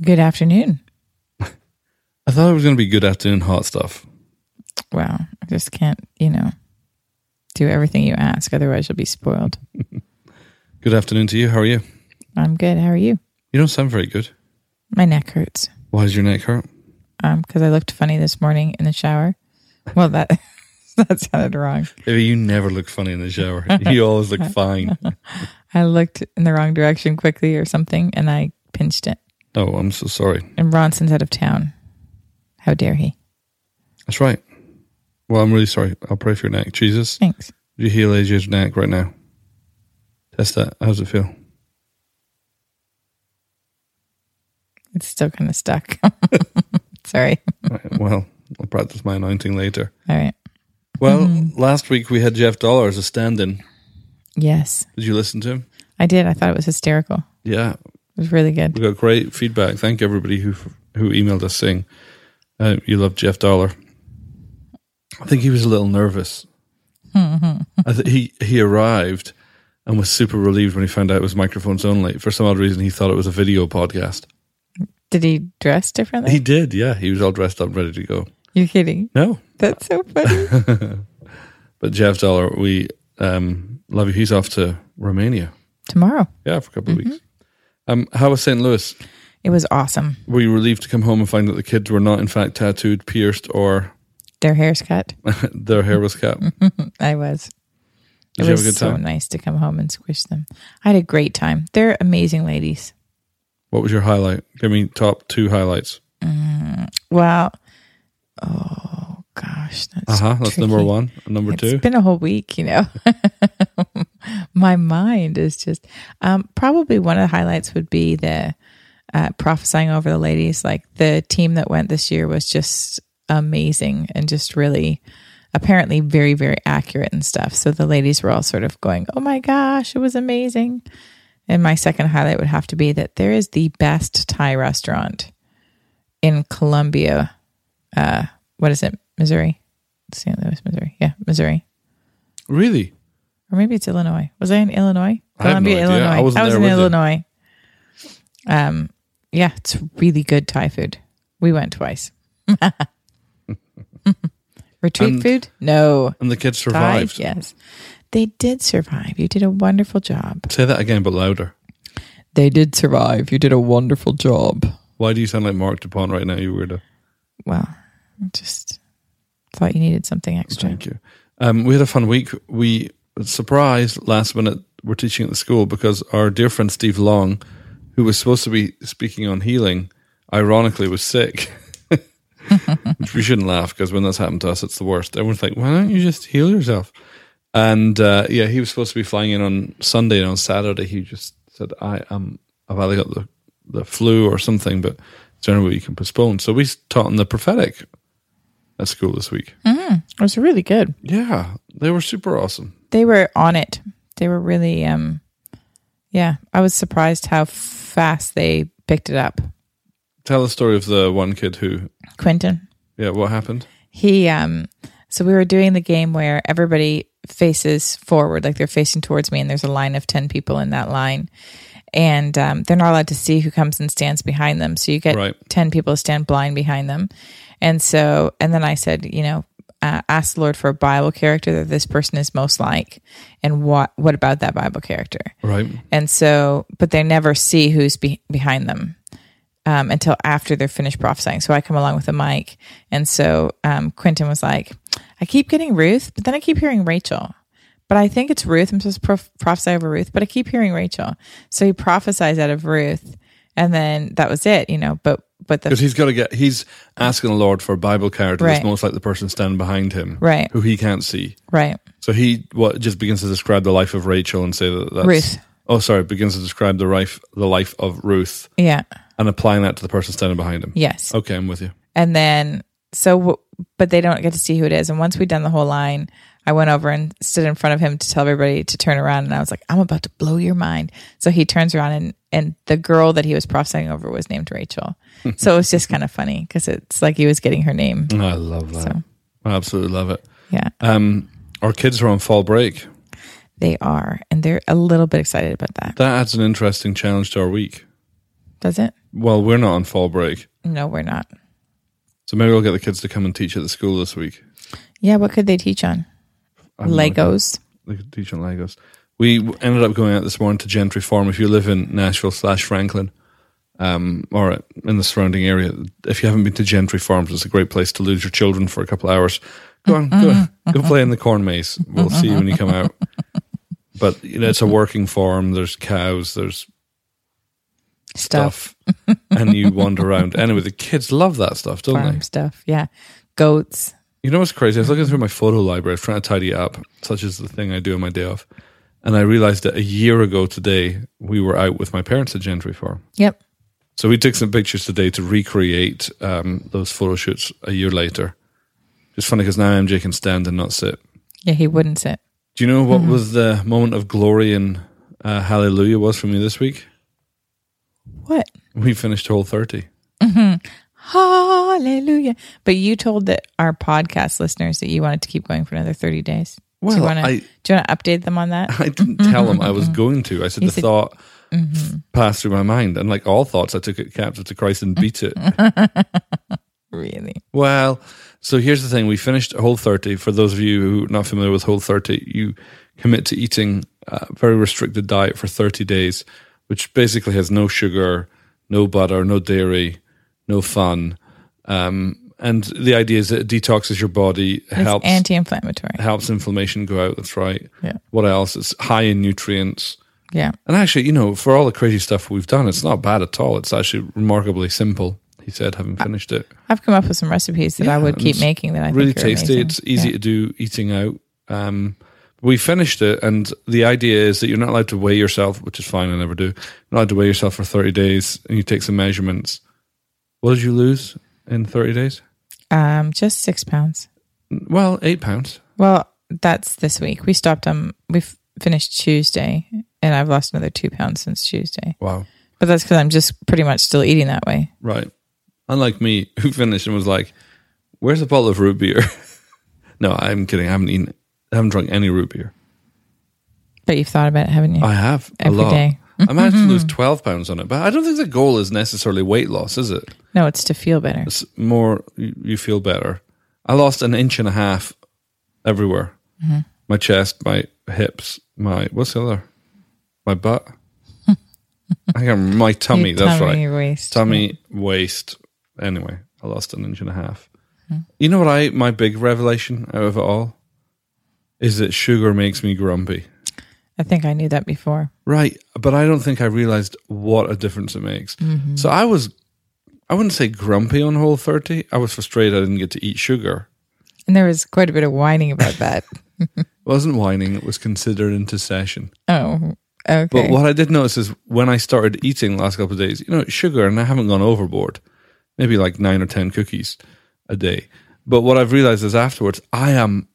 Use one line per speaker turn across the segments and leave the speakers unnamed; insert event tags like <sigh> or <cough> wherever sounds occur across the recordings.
Good afternoon.
I thought it was going to be good afternoon hot stuff.
Wow. I just can't, you know, do everything you ask. Otherwise, you'll be spoiled.
Good afternoon to you. How are you?
I'm good. How are you?
You don't sound very good.
My neck hurts
Why does your neck hurt?
because I looked funny this morning in the shower. Well, that <laughs> that sounded wrong.
Maybe you never look funny in the shower. <laughs> You always look fine.
I looked in the wrong direction quickly or something, and I pinched it.
Oh, I'm so sorry.
And Ronson's out of town. How dare he?
That's right. Well, I'm really sorry. I'll pray for your neck. Jesus,
Thanks.
would you heal AJ's neck right now? Test that. How does it feel?
It's still kind of stuck. <laughs> Sorry.
Right, <laughs> well, I'll practice my anointing later.
All right.
Well, last week we had Jeff Dollar as a stand in.
Yes,
Did you listen to him?
I did. I thought it was hysterical.
Yeah.
It was really good.
We got great feedback. Thank everybody who who emailed us saying uh, you love Jeff Dollar. I think he was a little <laughs> nervous. I th- he he arrived and was super relieved when he found out it was microphones only. For some odd reason, he thought it was a video podcast.
Did he dress differently?
He did, yeah. He was all dressed up, ready to go.
You're kidding.
No,
That's so funny.
but Jeff Dollar, we um, love you. He's off to Romania,
Tomorrow.
yeah, for a couple of weeks. Um, how was St. Louis?
It was awesome.
Were you relieved to come home and find that the kids were not, in fact, tattooed, pierced, or
Their hair's cut. <laughs>
<laughs> their hair was cut.
I was. it
Did you have
was
a good
so
time?
nice to come home and squish them. I had a great time. They're amazing ladies.
What was your highlight? Give me top two highlights.
Mm, Well, oh gosh,
Uh
that's
huh. That's number
tricky.
one. And number two.
It's been a whole week, you know. <laughs> My mind is just um, probably one of the highlights would be the uh, prophesying over the ladies. Like the team that went this year was just amazing and just really apparently very very accurate and stuff. So the ladies were all sort of going, "Oh my gosh, it was amazing." And my second highlight would have to be that there is the best Thai restaurant in Columbia. Uh, what is it? Missouri. St. Louis, Missouri. Yeah, Missouri.
really?
Or maybe it's Illinois. Was I in Illinois?
I have no
Columbia,
idea.
Illinois.
I wasn't
was
there
in
with you.
Illinois. Um, yeah, it's really good Thai food. We went twice. <laughs> Retreat
And-
food? No.
And the kids
Thai?
survived.
Yes. They did survive. You did a wonderful job.
Say that again, but louder.
They did survive. You did a wonderful job.
Why do you sound like Mark Dupont right now, you weirdo?
Well, I just thought you needed something extra.
Thank you. Um, we had a fun week. We surprise last minute. We're teaching at the school because our dear friend Steve Long, who was supposed to be speaking on healing, ironically was sick. <laughs> Which we shouldn't laugh because when that's happened to us, it's the worst. Everyone's like, "Why don't you just heal yourself?" And uh, yeah, he was supposed to be flying in on Sunday, and on Saturday he just said, "I am. I've either got the the flu or something, but it's the only way you can postpone." So we taught him the prophetic at school this week.
It was really good.
Yeah, they were super awesome.
they were on it. They were really, um, yeah. I was surprised how fast they picked it up.
Tell the story of the one kid who,
Quentin,
yeah, what happened?
he, um, so we were doing the game where everybody faces forward, like they're facing towards me, and there's a line of 10 people in that line. And um, they're not allowed to see who comes and stands behind them. So you get
Right.
10 people stand blind behind them. And so, and then I said, you know, uh, ask the Lord for a Bible character that this person is most like. And what, what about that Bible character?
Right.
And so, but they never see who's be- behind them um, until after they're finished prophesying. So I come along with a mic. And so um, Quentin was like, I keep getting Ruth, but then I keep hearing Rachel. But I think it's Ruth. I'm supposed to prof- prophesy over Ruth, but I keep hearing Rachel. So he prophesies out of Ruth. And then that was it, you know. But, but the
Because he's got to get, he's asking the Lord for a Bible character that's
Right.
most like the person standing behind him,
Right.
Who he can't see.
right.
So he what just begins to describe the life of Rachel and say that that's
Ruth.
Oh, sorry, begins to describe the life, the life of Ruth,
Yeah.
and applying that to the person standing behind him.
Yes.
Okay, I'm with you.
And then, so, w- but they don't get to see who it is. And once we'd done the whole line, I went over and stood in front of him to tell everybody to turn around. And I was like, I'm about to blow your mind. So he turns around and, and the girl that he was prophesying over was named Rachel. so it was just kind of funny because it's like he was getting her name.
I love that. I absolutely love it.
Yeah,
Um, our kids are on fall break.
they are. And they're a little bit excited about that.
That adds an interesting challenge to our week.
does it?
Well, we're not on fall break,
No, we're not.
so maybe we'll get the kids to come and teach at the school this week.
Yeah, what could they teach on?
I'm not-
Legos.
They could teach on Legos. We w- ended up going out this morning to Gentry Farm. If you live in Nashville slash Franklin, um, or in the surrounding area, if you haven't been to Gentry Farms, it's a great place to lose your children for a couple hours. Go on, go,
Mm-hmm.
<laughs> go play in the corn maze. We'll see you when you
<laughs>
come out. But you know, it's a working farm. There's cows. There's
Stuff.
stuff, and you wander around. Anyway, the kids love that stuff, don't
farm
they?
stuff. Yeah. Goats.
You know what's crazy? I was looking through my photo library, I was trying to tidy it up, such as the thing I do on my day off. And I realized that a year ago today, we were out with my parents at Gentry Farm.
Yep.
So we took some pictures today to recreate um, those photo shoots a year later. It's funny because now MJ can stand and not sit.
Yeah, he wouldn't sit.
Do you know what was the moment of glory and uh, hallelujah was for me this week?
What?
We finished hole 30.
Hallelujah. But you told that our podcast listeners that you wanted to keep going for another 30 days. do you
Well,
want to
I-
do you want to update them on
<laughs>
that?
I didn't tell him I was going to. I said
You
the
said-
thought passed through my mind, and like all thoughts, I took it captive to Christ and beat it.
Really?
well, so here's the thing: we finished Whole 30. For those of you who are not familiar with Whole 30, you commit to eating a very restricted diet for 30 days, which basically has no sugar, no butter, no dairy, no fun. Um, and the idea is that it detoxes your body,
It's
helps
anti-inflammatory.
helps inflammation go out. That's right.
Yeah.
What else? It's high in nutrients.
Yeah.
And actually, you know, for all the crazy stuff we've done, it's not bad at all. It's actually remarkably simple. He said, having finished it,
I've come up with some recipes that I
Yeah,
would keep
it's
making that I
really
think are
tasty.
amazing.
It's easy
Yeah.
to do eating out. Um, we finished it, and the idea is that you're not allowed to weigh yourself, which is fine. I never do. You're not allowed to weigh yourself for 30 days, and you take some measurements. What did you lose in 30 days?
Um, just six pounds.
Well, eight pounds.
Well, that's this week. We stopped on. We f- finished Tuesday, and I've lost another two pounds since Tuesday.
Wow.
But that's because I'm just pretty much still eating that way.
Right. Unlike me, <laughs> who finished and was like, "Where's a bottle of root beer?" <laughs> no, I'm kidding. I haven't eaten. I haven't drunk any root beer.
But you've thought about it, haven't you?
I have
Every
a lot.
day.
I managed to
<laughs>
lose 12 pounds on it, but I don't think the goal is necessarily weight loss, is it?
no, it's to feel better.
It's more you you feel better. I lost an inch and a half everywhere
Mm-hmm.
my chest, my hips, my what's the other?
<laughs>
My butt. I can't remember. My tummy,
Your
that's right.
tummy, waist.
Tummy, waist. Anyway, I lost an inch and a half.
Mm-hmm.
You know what I, my big revelation out of it all? Is that sugar makes me grumpy.
I think I knew that before.
Right, but I don't think I realized what a difference it makes. So I was, I wouldn't say grumpy on Whole 30. I was frustrated I didn't get to eat sugar.
And there was quite a bit of whining about
<laughs>
that.
wasn't whining, it was considered intercession.
oh, okay.
But what I did notice is when I started eating the last couple of days, you know, sugar, and I haven't gone overboard, maybe like nine or 10 cookies a day. But what I've realized is afterwards, I am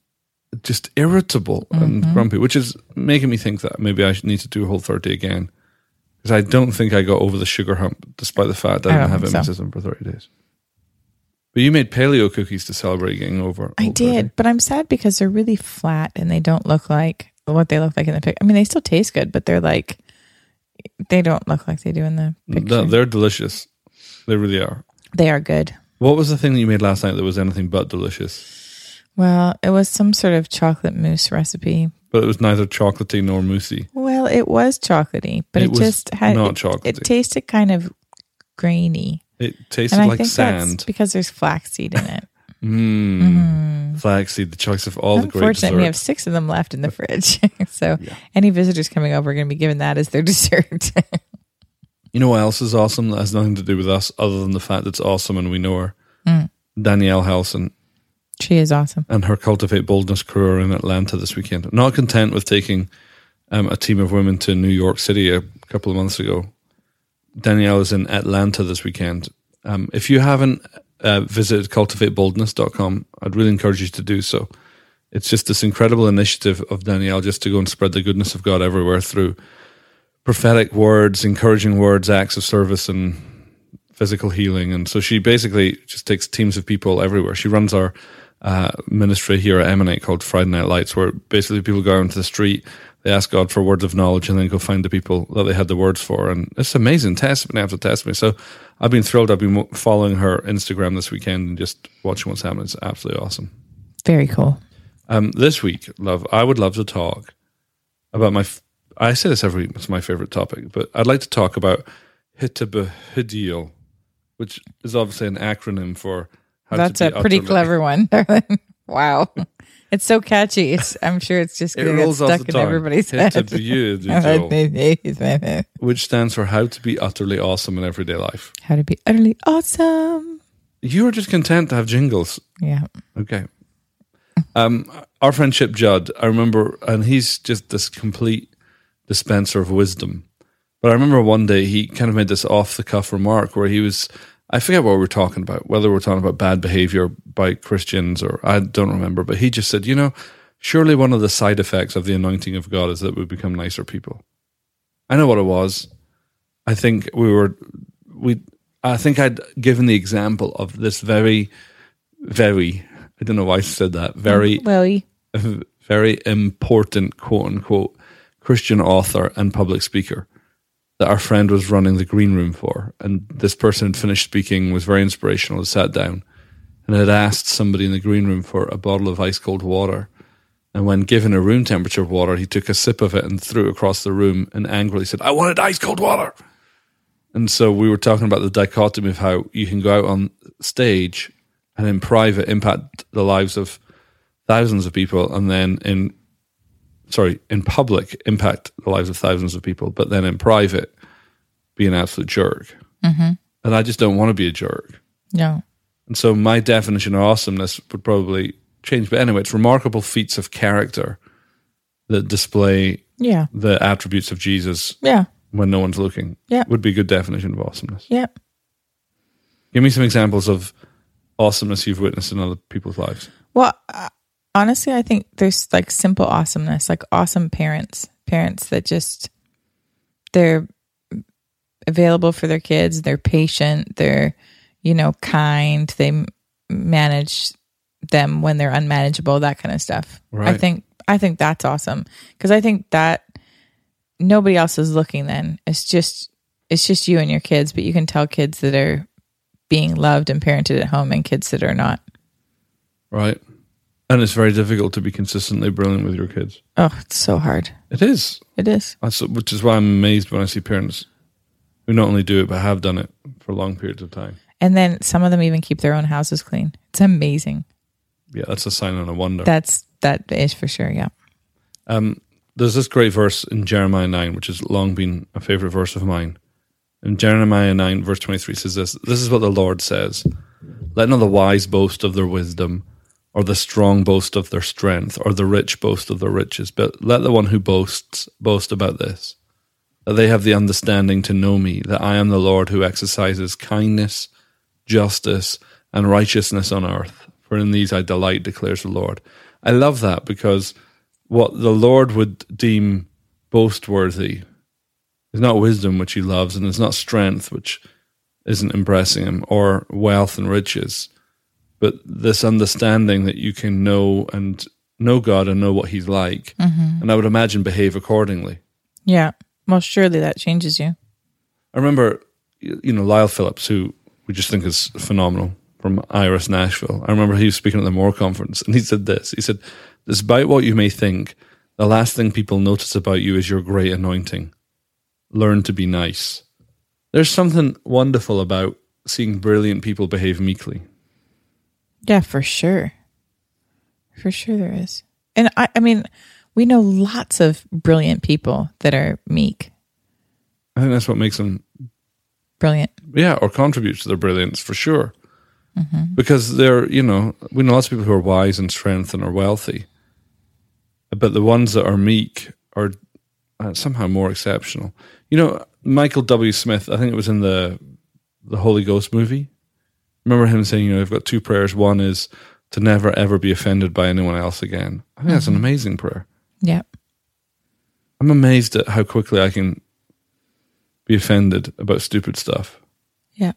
just irritable
Mm-hmm.
and grumpy, which is making me think that maybe I should need to do Whole 30 again. Because I don't think I got over the sugar hump, despite the fact that I,
I
didn't
don't
have
think so.
emetism for 30 days. But you made paleo cookies to celebrate getting over.
I
Whole 30.
did, but I'm sad because they're really flat and they don't look like what they look like in the picture. I mean, they still taste good, but they're like they don't look like they do in the picture.
No, they're delicious. They really are.
they are good.
What was the thing that you made last night that was anything but delicious?
Well, it was some sort of chocolate mousse recipe.
But it was neither chocolatey nor moussey.
Well, it was chocolatey, but
It
it,
was
just had
not
it,
chocolatey.
it tasted kind of grainy,
It tasted
and I
like
think
sand.
that's because there's flaxseed in it.
Mmm. Flaxseed, the choice of all the great desserts.
Mm-hmm. Unfortunately, we have six of them left in
<laughs>
the fridge, <laughs> so any visitors coming over are going to be given that as their <laughs> dessert.
you know what else is awesome that has nothing to do with us other than the fact that it's awesome and we know her?
Mm.
Danielle Halson
she is awesome.
and her Cultivate Boldness crew are in Atlanta this weekend. Not content with taking um, a team of women to New York City a couple of months ago, Danielle is in Atlanta this weekend. Um, if you haven't uh, visited cultivateboldness.com, I'd really encourage you to do so. It's just this incredible initiative of Danielle just to go and spread the goodness of God everywhere through prophetic words, encouraging words, acts of service, and physical healing. And so she basically just takes teams of people everywhere. She runs our uh, ministry here at Emanate called Friday Night Lights, where basically people go out into the street, They ask God for words of knowledge and then go find the people that they had the words for. And it's amazing testimony after testimony. So I've been thrilled. I've been mo- following her Instagram this weekend and just watching what's happening. It's absolutely awesome.
Very cool.
Um, this week, love, I would love to talk about my. F- I say this every week. It's my favorite topic, but I'd like to talk about Hitabahidial, which is obviously an acronym for. How
That's
to
a
be
pretty
utterly-
clever one. <laughs>
<laughs>
wow. It's so catchy. It's, I'm sure it's just
It
going to get
rolls off the
stuck in
tongue.
everybody's head. <laughs>
Hitabahidial, which stands for how to be utterly awesome in everyday life.
How to be utterly awesome.
You are just content to have jingles.
Yeah.
Okay. Um, our friendship Judd, I remember, and he's just this complete dispenser of wisdom. But I remember one day he kind of made this off the cuff remark where he was, I forget what we were talking about, whether we we're talking about bad behavior by Christians or I don't remember, but he just said, you know, surely one of the side effects of the anointing of God is that we become nicer people. I know what it was. I think we were, we, I think I'd given the example of this very, very, I don't know why I said that, very
Well, you-
very important quote unquote Christian author and public speaker that our friend was running the green room for. And this person had finished speaking, was very inspirational, had sat down and had asked somebody in the green room for a bottle of ice cold water. And when given a room temperature of water, he took a sip of it and threw it across the room and angrily said, I wanted ice cold water. And so we were talking about the dichotomy of how you can go out on stage and in private impact the lives of thousands of people and then in sorry in public impact the lives of thousands of people but then in private be an absolute jerk and i just don't want to be a jerk
no.
and so my definition of awesomeness would probably change but anyway it's remarkable feats of character that display
Yeah.
the attributes of jesus
Yeah.
when no one's looking
Yeah.
would be a good definition of awesomeness
Yeah.
give me some examples of awesomeness you've witnessed in other people's lives
Well, uh, honestly, I think there's like simple awesomeness, like awesome parents, parents that just they're available for their kids, they're patient, they're you know kind, they m- manage them when they're unmanageable, that kind of stuff. I
Right.
think I think that's awesome because I think that nobody else is looking then. It's just it's just you and your kids, but you can tell kids that are being loved and parented at home and kids that are not.
right and it's very difficult to be consistently brilliant with your kids
Oh, it's so hard.
It is.
It is.
That's, which is why I'm amazed when I see parents who not only do it but have done it for long periods of time.
And then some of them even keep their own houses clean. It's amazing.
Yeah, that's a sign and a wonder.
That's that is for sure. Yeah.
There's this great verse in Jeremiah 9, which has long been a favorite verse of mine. In Jeremiah 9, verse 23 says this This is what the Lord says Let not the wise boast of their wisdom, or the strong boast of their strength, or the rich boast of their riches, but let the one who boasts boast about this that they have the understanding to know me, that I am the Lord who exercises kindness, justice, and righteousness on earth. For in these I delight, declares the Lord. I love that because what the Lord would deem boastworthy is not wisdom, which he loves, and is not strength, which isn't impressing him, or wealth and riches, but this understanding that you can know and know God and know what he's like. And I would imagine behave accordingly.
Yeah. Well, surely that changes you.
I remember, you you know, Lyle Phillips, who we just think is phenomenal from Iris Nashville. I remember he was speaking at the Moore conference and he said this. He said, Despite what you may think, the last thing people notice about you is your great anointing. Learn to be nice. There's something wonderful about seeing brilliant people behave meekly.
Yeah, for sure. For sure there is. And I, I mean, we know lots of brilliant people that are meek.
I think that's what makes them
Brilliant.
yeah, or contributes to their brilliance for sure. Because they're, you know, we know lots of people who are wise and strength and are wealthy, but the ones that are meek are uh, somehow more exceptional. You know, Michael W. Smith, I think it was in the the Holy Ghost movie. Remember him saying, you know, I've got two prayers. One is to never ever be offended by anyone else again. I think that's an amazing prayer.
Yeah.
I'm amazed at how quickly I can be offended about stupid stuff.
Yeah.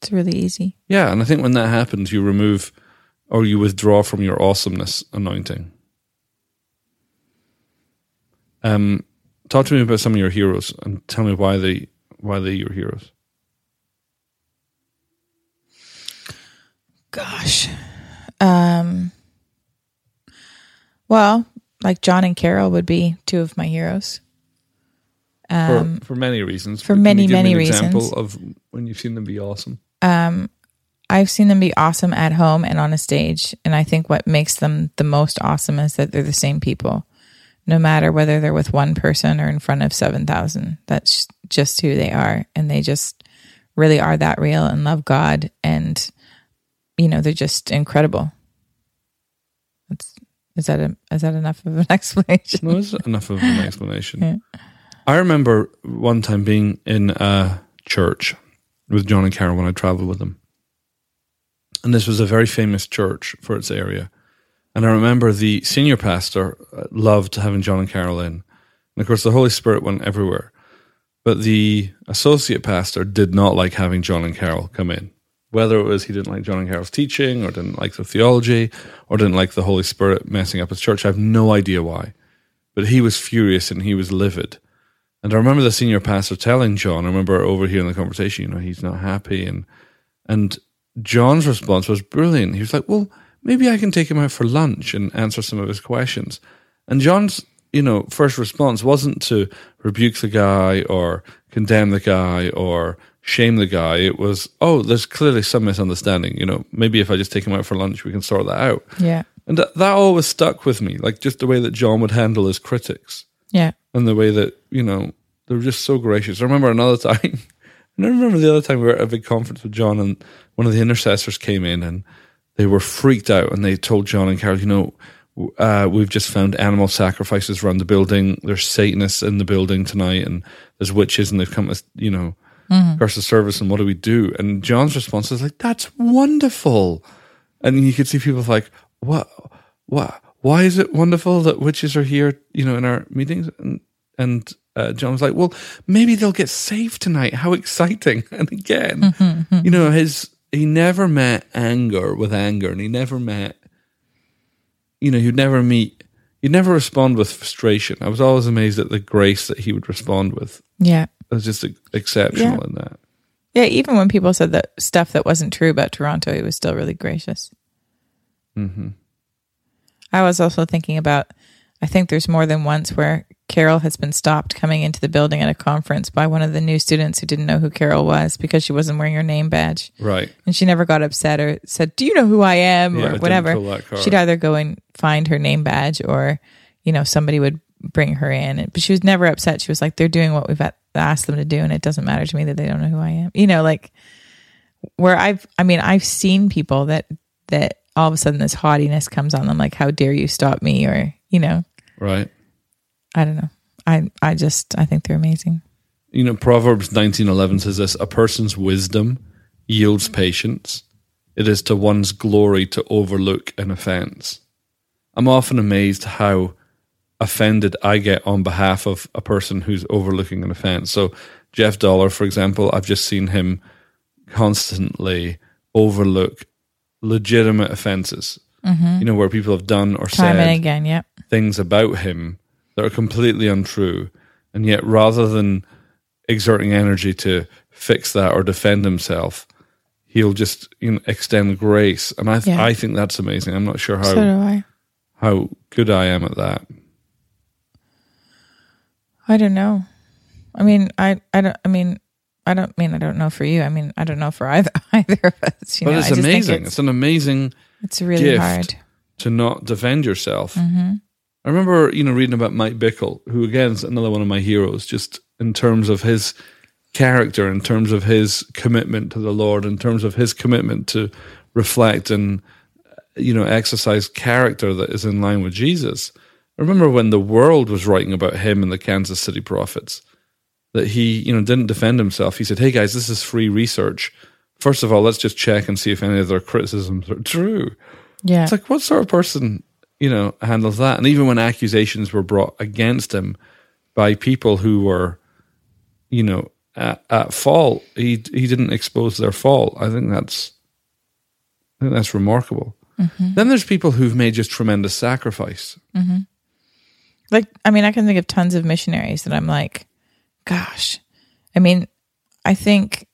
It's really easy.
Yeah, and I think when that happens, you remove or you withdraw from your awesomeness anointing. Um, talk to me about some of your heroes and tell me why they why they your heroes.
Gosh. Um, well, like John and Carol would be two of my heroes.
For,
Um,
for many reasons.
for
Can you
many,
give me
many
an
reasons.
Example of when you've seen them be awesome.
um, I've seen them be awesome at home and on a stage. And I think what makes them the most awesome is that they're the same people, no matter whether they're with one person or in front of 7,000. That's just who they are. And they just really are that real and love God. And, you know, they're just incredible. That's, is that a, is that enough of an <laughs> explanation?
No, that's enough of an explanation. I remember one time being in a church with John and Carol when I traveled with them. And this was a very famous church for its area. And I remember the senior pastor uh, loved having John and Carol in. And of course, the Holy Spirit went everywhere. But the associate pastor did not like having John and Carol come in. Whether it was he didn't like John and Carol's teaching or didn't like their theology or didn't like the Holy Spirit messing up his church, I have no idea why. But he was furious and he was livid. And I remember the senior pastor telling John, I remember over here in the conversation, you know, he's not happy. And, and John's response was brilliant. He was like, well, maybe I can take him out for lunch and answer some of his questions. And John's, you know, first response wasn't to rebuke the guy or condemn the guy or shame the guy. It was, oh, there's clearly some misunderstanding. You know, maybe if I just take him out for lunch, we can sort that out.
Yeah.
And that, that always stuck with me, like just the way that John would handle his critics
Yeah.
and the way that you know they were just so gracious. I remember another <laughs> time. And I remember the other time we were at a big conference with John, and one of the intercessors came in, and they were freaked out, and they told John and Carol, you know, w- uh, we've just found animal sacrifices around the building. There's Satanists in the building tonight, and there's witches, and they've come to, you know, curse the service, and what do we do? And John's response was like, "That's wonderful," and you could see people like, "What? What? Why is it wonderful that witches are here? You know, in our meetings?" And and uh, John was like, "Well, maybe they'll get saved tonight. How exciting!" <laughs> And again, you know, his he never met anger with anger, and he never met, you know, he'd never meet, he'd never respond with frustration. I was always amazed at the grace that he would respond with.
Yeah.
It was just exceptional
Yeah.
in that.
Yeah, even when people said that stuff that wasn't true about Toronto, he was still really gracious. Mm-hmm. I was also thinking about, I think there's more than once where Carol has been stopped coming into the building at a conference by one of the new students who didn't know who Carol was because she wasn't wearing her name badge.
Right.
And she never got upset or said, Do you know who I am?
Yeah, I
or
didn't
whatever.
pull that card.
She'd either go and find her name badge or, you know, somebody would bring her in. And- But she was never upset. She was like, They're doing what we've a- asked them to do. And it doesn't matter to me that they don't know who I am. You know, like where I've, I mean, I've seen people that, that all of a sudden this haughtiness comes on them, like, How dare you stop me? Or, you know,
Right.
I don't know. I, I just, I think they're amazing.
you know proverbs 19.11 says this a person's wisdom yields patience it is to one's glory to overlook an offense i'm often amazed how offended i get on behalf of a person who's overlooking an offense so jeff dollar for example i've just seen him constantly overlook legitimate offenses you know where people have done or
Mm-hmm. Time
said
and again. Yep.
things about him that are completely untrue. And yet, rather than exerting energy to fix that or defend himself, he'll just you know, extend grace. And I, th-
Yeah.
I think that's amazing. I'm not sure how,
So do I.
how good I am at that.
I don't know. I mean, I, I don't. I mean, I don't mean I don't know for you. I mean, I don't know for either <laughs> either of us. You
But
know,
it's
I just think
amazing. It's,
It's,
an amazing
it's really
gift.
hard.
to not defend yourself. I remember, you know, reading about Mike Bickle, who again is another one of my heroes, just in terms of his character, in terms of his commitment to the Lord, in terms of his commitment to reflect and, you know, exercise character that is in line with Jesus. I remember when the world was writing about him and the Kansas City prophets that he, you know, didn't defend himself. He said, "Hey guys, this is free research. First of all, let's just check and see if any of their criticisms are true."
Yeah,
It's like, what sort of person, you know, handles that? And even when accusations were brought against him by people who were, you know, at, at fault, he he didn't expose their fault. I think that's, I think that's remarkable. Then there's people who've made just tremendous sacrifice.
Like, I mean, I can think of tons of missionaries that I'm like, gosh. I mean, I think,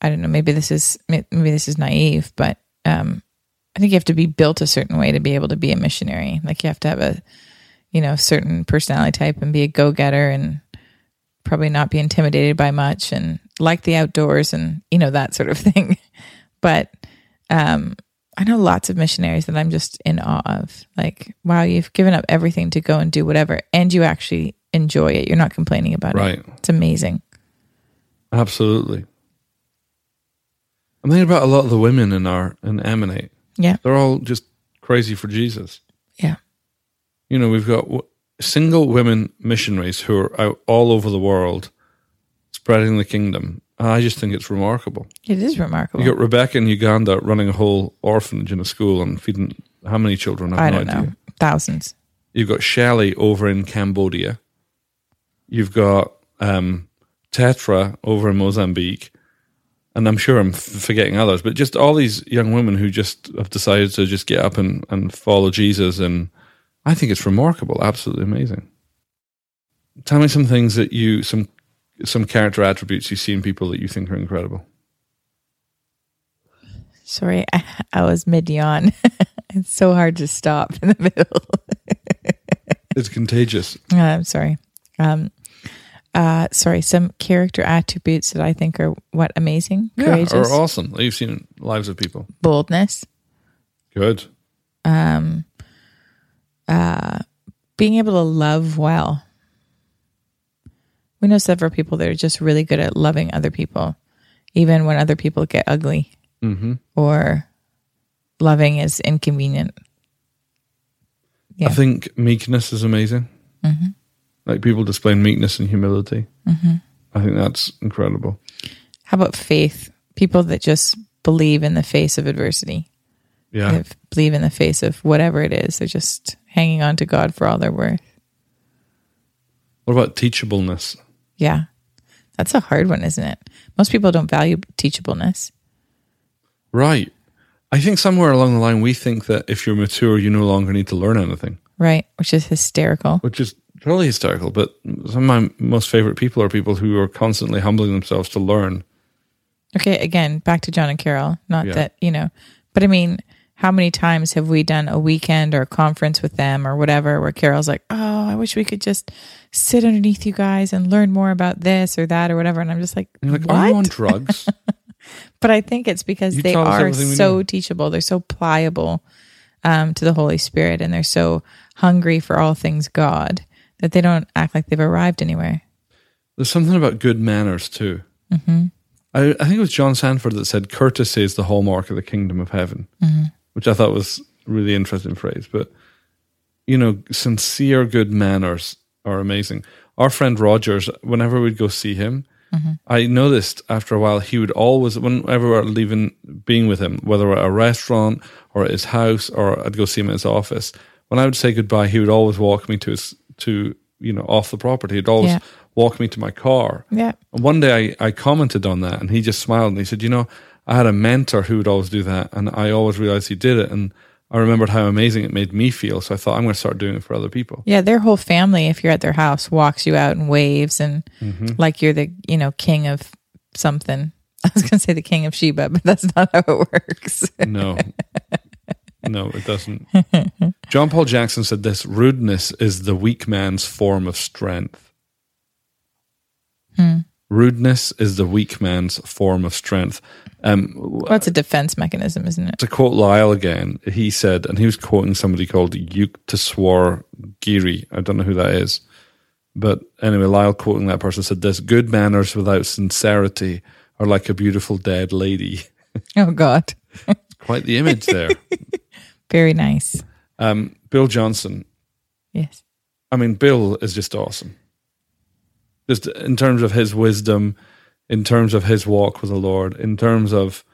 I don't know, maybe this is, maybe this is naive, but um, I think you have to be built a certain way to be able to be a missionary. Like, you have to have a, you know, certain personality type and be a go getter and probably not be intimidated by much and like the outdoors and, you know, that sort of <laughs> thing. but, um, I know lots of missionaries that I'm just in awe of. Like, wow, you've given up everything to go and do whatever, and you actually enjoy it. You're not complaining about
Right.
it. It's amazing.
Absolutely. I'm thinking about a lot of the women in our in Emanate.
Yeah.
They're all just crazy for Jesus.
Yeah.
You know, we've got w- single women missionaries who are out all over the world spreading the kingdom. And I just think it's remarkable.
It is remarkable.
You got Rebecca in Uganda running a whole orphanage in a school and feeding how many children? I
I
have no
don't
idea.
know. Thousands.
You've got Shelly over in Cambodia. You've got um, Tetra over in Mozambique. And I'm sure I'm f- forgetting others, but just all these young women who just have decided to just get up and, and follow Jesus. And I think it's remarkable, absolutely amazing. Tell me some things that you, some, some character attributes you see in people that you think are incredible.
Sorry, <laughs> I, I was mid yawn. <laughs> it's so hard to stop in the <laughs> middle.
It's contagious.
Uh, I'm sorry. Um, uh, sorry, some character attributes that I think are what amazing, courageous,
Yeah, or awesome. You've seen in lives of people.
boldness, um,
Good.
uh, being able to love well. We know several people that are just really good at loving other people, even when other people get ugly
Mm-hmm.
or loving is inconvenient.
I
Yeah. Mm-hmm.
think meekness is amazing. Like people displaying meekness and humility. I think that's incredible.
How about faith? People that just believe in the face of adversity,
Yeah.
that believe in the face of whatever it is. They're just hanging on to God for all they're worth.
What about teachableness?
Yeah. That's a hard one, isn't it? Most people don't value teachableness.
Right. I think somewhere along the line, we think that if you're mature, you no longer need to learn anything,
Right, which is hysterical.
which is totally hysterical. But some of my most favorite people are people who are constantly humbling themselves to learn.
Okay, again, back to John and Carol. Not
Yeah.
that, you know, but I mean, how many times have we done a weekend or a conference with them or whatever where Carol's like, oh, I wish we could just sit underneath you guys and learn more about this or that or whatever. And I'm just like,
And you're like,
what?
are you
<laughs>
on drugs?
but I think it's because
You
they
tell us
are
everything we
so
know.
teachable. They're so pliable um, to the Holy Spirit and they're so hungry for all things God that they don't act like they've arrived anywhere.
There's something about good manners too. I, I think it was John Sanford that said courtesy is the hallmark of the kingdom of heaven, which I thought was a really interesting phrase. But you know, sincere good manners are amazing. Our friend Rogers, whenever we'd go see him, I noticed after a while he would always, whenever we're leaving, being with him, whether at a restaurant or at his house or I'd go see him at his office. When I would say goodbye, he would always walk me to his to you know off the property. He'd always
Yeah.
walk me to my car.
Yeah.
And one day I, I commented on that and he just smiled and he said, You know, I had a mentor who would always do that and I always realized he did it. And I remembered how amazing it made me feel. So I thought, I'm going to start doing it for other people.
Yeah, their whole family, if you're at their house, walks you out and waves and
Mm-hmm.
like you're the, you know, king of something. <laughs> I was going to say the king of Sheba, but that's not how it works.
No, no, it doesn't. John Paul Jackson said this rudeness is the weak man's form of strength. Rudeness is the weak man's form of strength. Um,
Well, it's a defense mechanism, isn't it?
to quote Lyle again, he said, and he was quoting somebody called Yukteswar Giri. I don't know who that is. But anyway, Lyle quoting that person said this good manners without sincerity are like a beautiful dead lady. <laughs>
Oh, God.
Quite the image there.
Very nice.
um, Bill Johnson.
Yes.
I mean, Bill is just awesome. Just in terms of his wisdom, in terms of his walk with the Lord, in terms of,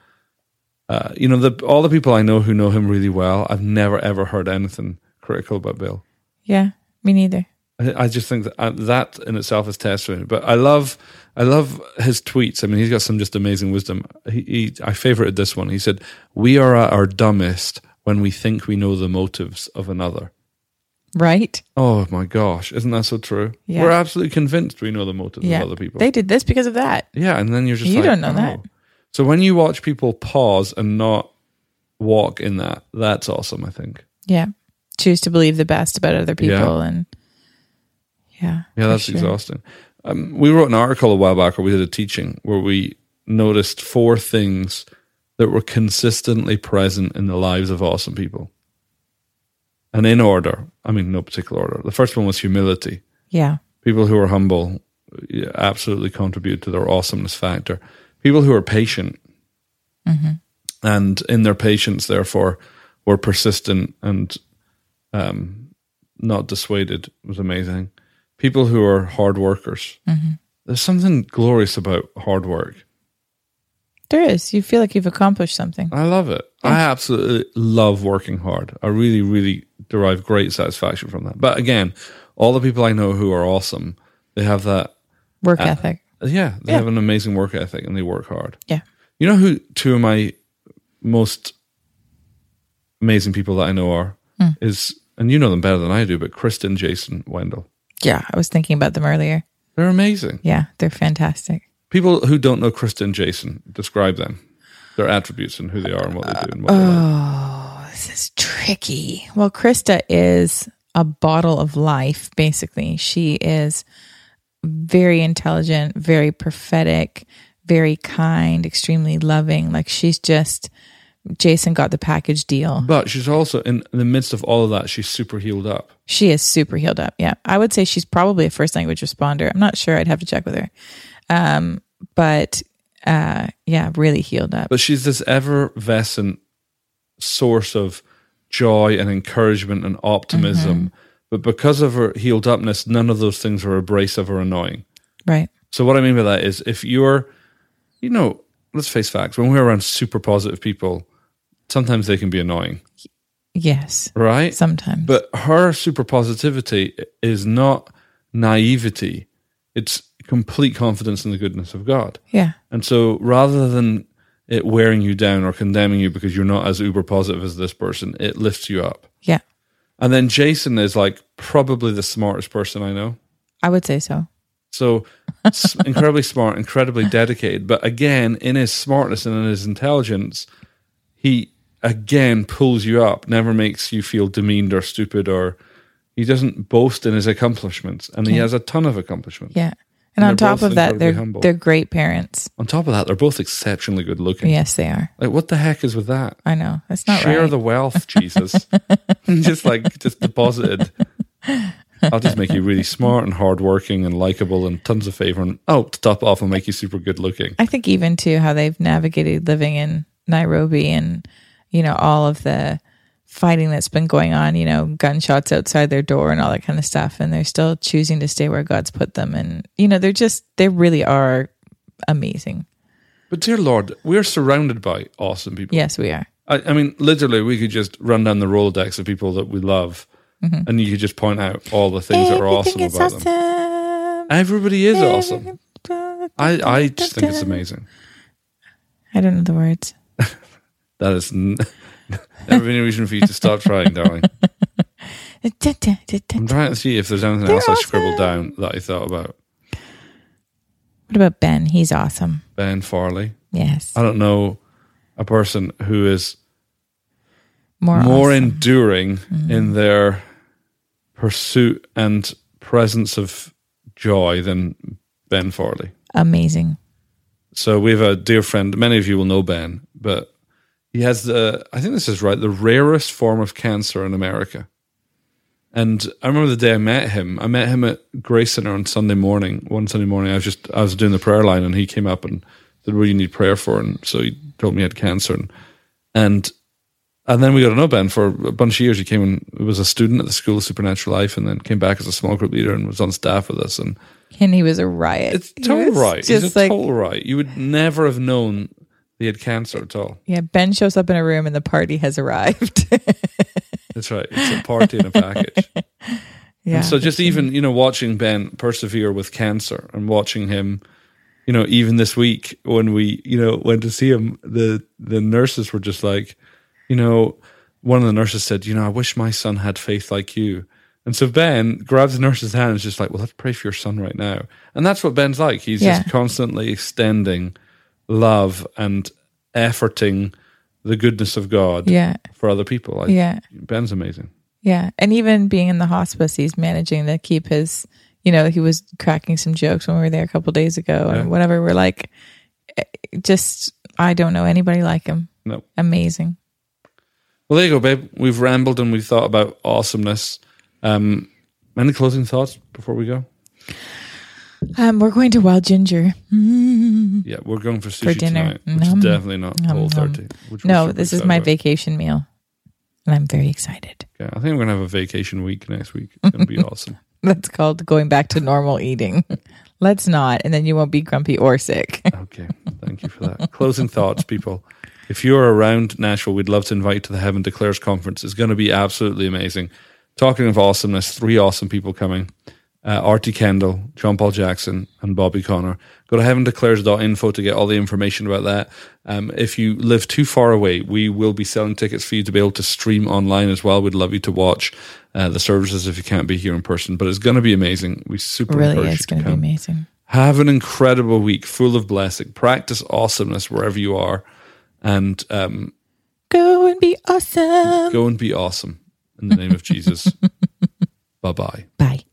uh, you know, the, all the people I know who know him really well, I've never ever heard anything critical about Bill.
Yeah, me neither.
I I just think that uh, that in itself is testimony. But I love, I love his tweets. I mean, he's got some just amazing wisdom. He, he I favorited this one. He said, "We are at our dumbest when we think we know the motives of another."
right?
Oh my gosh, isn't that so true?
Yeah.
We're absolutely convinced we know the motives
Yeah.
of other people.
They did this because of that.
yeah, and then you're just
You
like, "Oh."
don't know that.
So when you watch people pause and not walk in that, that's awesome. I think.
Yeah. Choose to believe the best about other people and yeah.
Yeah,
for
that's
sure.
exhausting. Um, we wrote an article a while back, or we did a teaching where we noticed four things that were consistently present in the lives of awesome people. And in order, I mean, no particular order. The first one was humility.
Yeah.
People who are humble yeah, absolutely contribute to their awesomeness factor. People who are patient and in their patience, therefore, were persistent and um, not dissuaded was amazing. People who are hard workers. There's something glorious about hard work.
There is. You feel like you've accomplished something.
I love it. I absolutely love working hard. I really, really derive great satisfaction from that. But again, all the people I know who are awesome, they have that
Work
Uh,
ethic.
Yeah, they
Yeah.
have an amazing work ethic and they work hard.
Yeah.
You know who two of my most amazing people that I know are is, and you know them better than I do, but Kristen, Jason Wendell.
Yeah. I was thinking about them earlier.
They're amazing.
Yeah. They're fantastic.
People who don't know Kristen, Jason describe them, their attributes and who they are and what they do and what they're like.
This is tricky. Well, Krista is a bottle of life, basically. She is very intelligent, very prophetic, very kind, extremely loving. Like she's just Jason got the package deal.
But she's also in the midst of all of that, she's super healed up.
She is super healed up. Yeah. I would say she's probably a first language responder. I'm not sure. I'd have to check with her. Um, but uh, yeah, really healed up.
But she's this effervescent source of joy and encouragement and optimism. But because of her healed upness, none of those things are abrasive or annoying.
Right.
So what I mean by that is if you're you know, let's face facts, when we're around super positive people, sometimes they can be annoying.
Yes.
Right?
Sometimes.
But her super positivity is not naivety. It's complete confidence in the goodness of God.
yeah.
And so rather than it wearing you down or condemning you because you're not as uber positive as this person, it lifts you up.
Yeah.
And then Jason is like probably the smartest person I know.
I would say so.
So s- <laughs> incredibly smart, incredibly dedicated. But again, in his smartness and in his intelligence, he again pulls you up, never makes you feel demeaned or stupid or he doesn't boast in his accomplishments. And he has a ton of accomplishments.
Yeah.
And
And, on
they're
top
both
of that,
incredibly
they're
humble.
they're great parents.
On top of that, they're both exceptionally good looking.
Yes, they are.
Like what the heck is with that?
I know. That's not
share
right.
the
<laughs>
wealth, Jesus. just like just deposited. I'll just make you really smart and hardworking and likable and tons of favor. And oh, to top it off, I'll make you super good looking.
I think even too how they've navigated living in Nairobi and you know all of the fighting that's been going on, you know, gunshots outside their door and all that kind of stuff and they're still choosing to stay where God's put them and you know, they're just they really are amazing.
But dear Lord, we're surrounded by awesome people.
Yes, we are.
I, I mean, literally, we could just run down the Rolodex of people that we love, and you could just point out all the things that are awesome
Mm-hmm. Everything is
about them. Everybody is awesome.
awesome.
I, I just think it's amazing.
I don't know the words.
That is n- <laughs> never been a reason for you to stop trying, darling.
Uh,
I'm trying to see if there's anything else I scribbled down that I thought about.
What about Ben? He's awesome.
Ben Farley.
Yes.
I don't know a person who is
More,
more
awesome. Mm-hmm.
enduring in their pursuit and presence of joy than Ben Farley.
amazing.
So we have a dear friend, many of you will know Ben, but he has the, I think this is right, the rarest form of cancer in America. And I remember the day I met him. I met him at Grace Center on Sunday morning. One Sunday morning, I was just I was doing the prayer line, and he came up and said, "What do you need prayer for?" And so he told me he had cancer, and and, and then we got to know Ben for a bunch of years. He came and was a student at the School of Supernatural Life, and then came back as a small group leader and was on staff with us. And
And he was a riot.
it's
He
total
was
right.
Just
He's a
like
total right. You would never have known he had cancer at all.
yeah, Ben shows up in a room and the party has arrived. <laughs>
That's right. It's a party in a package.
yeah.
And so just even, you know, watching Ben persevere with cancer and watching him, you know, even this week when we, you know, went to see him, the the nurses were just like, you know, one of the nurses said, you know, I wish my son had faith like you. And so Ben grabs the nurse's hand and is just like, well, let's pray for your son right now. And that's what Ben's like. He's
Yeah.
just constantly extending love and efforting the goodness of God
Yeah.
for other people. Like,
Yeah.
Ben's amazing.
Yeah. And even being in the hospice, he's managing to keep his, you know, he was cracking some jokes when we were there a couple days ago and whatever. We're like, eh, just, I don't know anybody like him.
No.
Amazing.
Well, there you go, babe. We've rambled and we've thought about awesomeness. Um, any closing thoughts before we go?
Um, we're going to Wild Ginger.
Yeah, we're going for sushi
Hmm. dinner.
tonight, which
Nom.
is definitely not
Nom,
whole
nom.
thirty. which we're
No,
super
this is
excited
my
about.
vacation meal. And I'm very excited.
Yeah, I think we're gonna have a vacation week next
<laughs>
week. It's gonna be awesome.
That's called going back to normal eating. <laughs> Let's not. And then you won't be grumpy or sick.
Okay, thank you for that. Closing thoughts, people. If you're around Nashville, we'd love to invite you to the Heaven Declares conference. It's going to be absolutely amazing. Talking of awesomeness, three awesome people coming uh, Artie Kendall, John Paul Jackson, and Bobby Connor. Go to heavendeclares.info to get all the information about that. Um, if you live too far away, we will be selling tickets for you to be able to stream online as well. We'd love you to watch uh, the services if you can't be here in person, but it's going to be amazing. We super
really
encourage you
is
to
going to be
come.
amazing.
Have an incredible week full of blessing. Practice awesomeness wherever you are and um,
Go and be awesome. <laughs>
go and be awesome in the name of Jesus. Bye bye.
Bye.